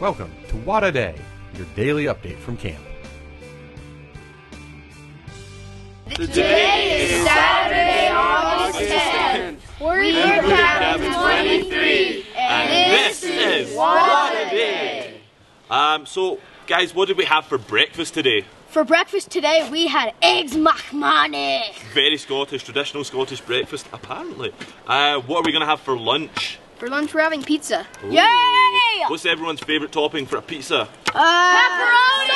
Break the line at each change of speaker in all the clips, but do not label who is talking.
Welcome to What a Day, your daily update from camp.
Today is Saturday, August 10th. We're here cabin 23, and this is Water Day.
Um, so, guys, what did we have for breakfast today?
For breakfast today, we had eggs machmani.
Very Scottish, traditional Scottish breakfast, apparently. Uh, what are we going to have for lunch?
For lunch, we're having pizza.
Ooh.
Yay!
What's everyone's favourite topping for a pizza?
Pepperoni!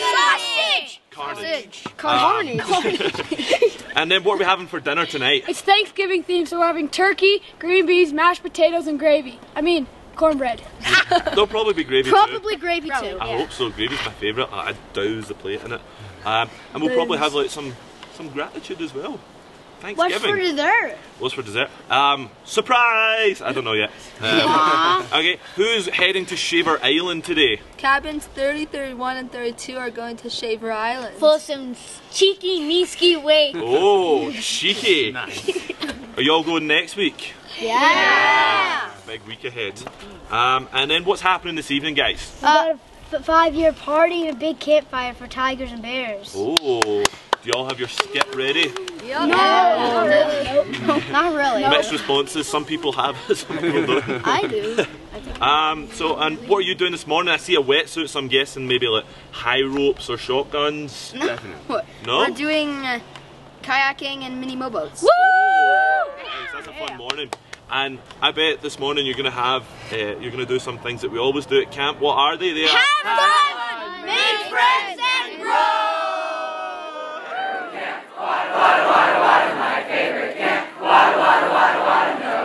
Sausage! Ah.
Carnage.
Carnage.
And then what are we having for dinner tonight?
It's Thanksgiving themed, so we're having turkey, green beans, mashed potatoes, and gravy. I mean, cornbread.
There'll probably be gravy too.
Probably gravy too.
I hope so. Gravy's my favourite. I I douse the plate in it. Um, and we'll probably have like some some gratitude as well. Thanksgiving.
dessert?
What's for dessert? Um, surprise! I don't know yet. Um, okay, who's heading to Shaver Island today?
Cabins 30, 31, and 32 are going to Shaver Island.
For some cheeky, meesky way.
Oh, cheeky! Are y'all going next week? Yeah! Big week ahead. Um, and then what's happening this evening, guys?
Uh, f- five-year party and a big campfire for tigers and bears.
Oh, do y'all have your skip ready?
Not really.
Mixed responses. Some people have, some people don't.
I do.
Um, so, and what are you doing this morning? I see a wetsuit, so I'm guessing maybe like high ropes or shotguns.
What?
No?
We're doing uh, kayaking and mini moboats.
Nice, that's a fun morning. And I bet this morning you're gonna have, uh, you're gonna do some things that we always do at camp. What are they? They are.
fun! Make friends and grow!
Water, water, water, my favorite camp. Water, water, water, water, no.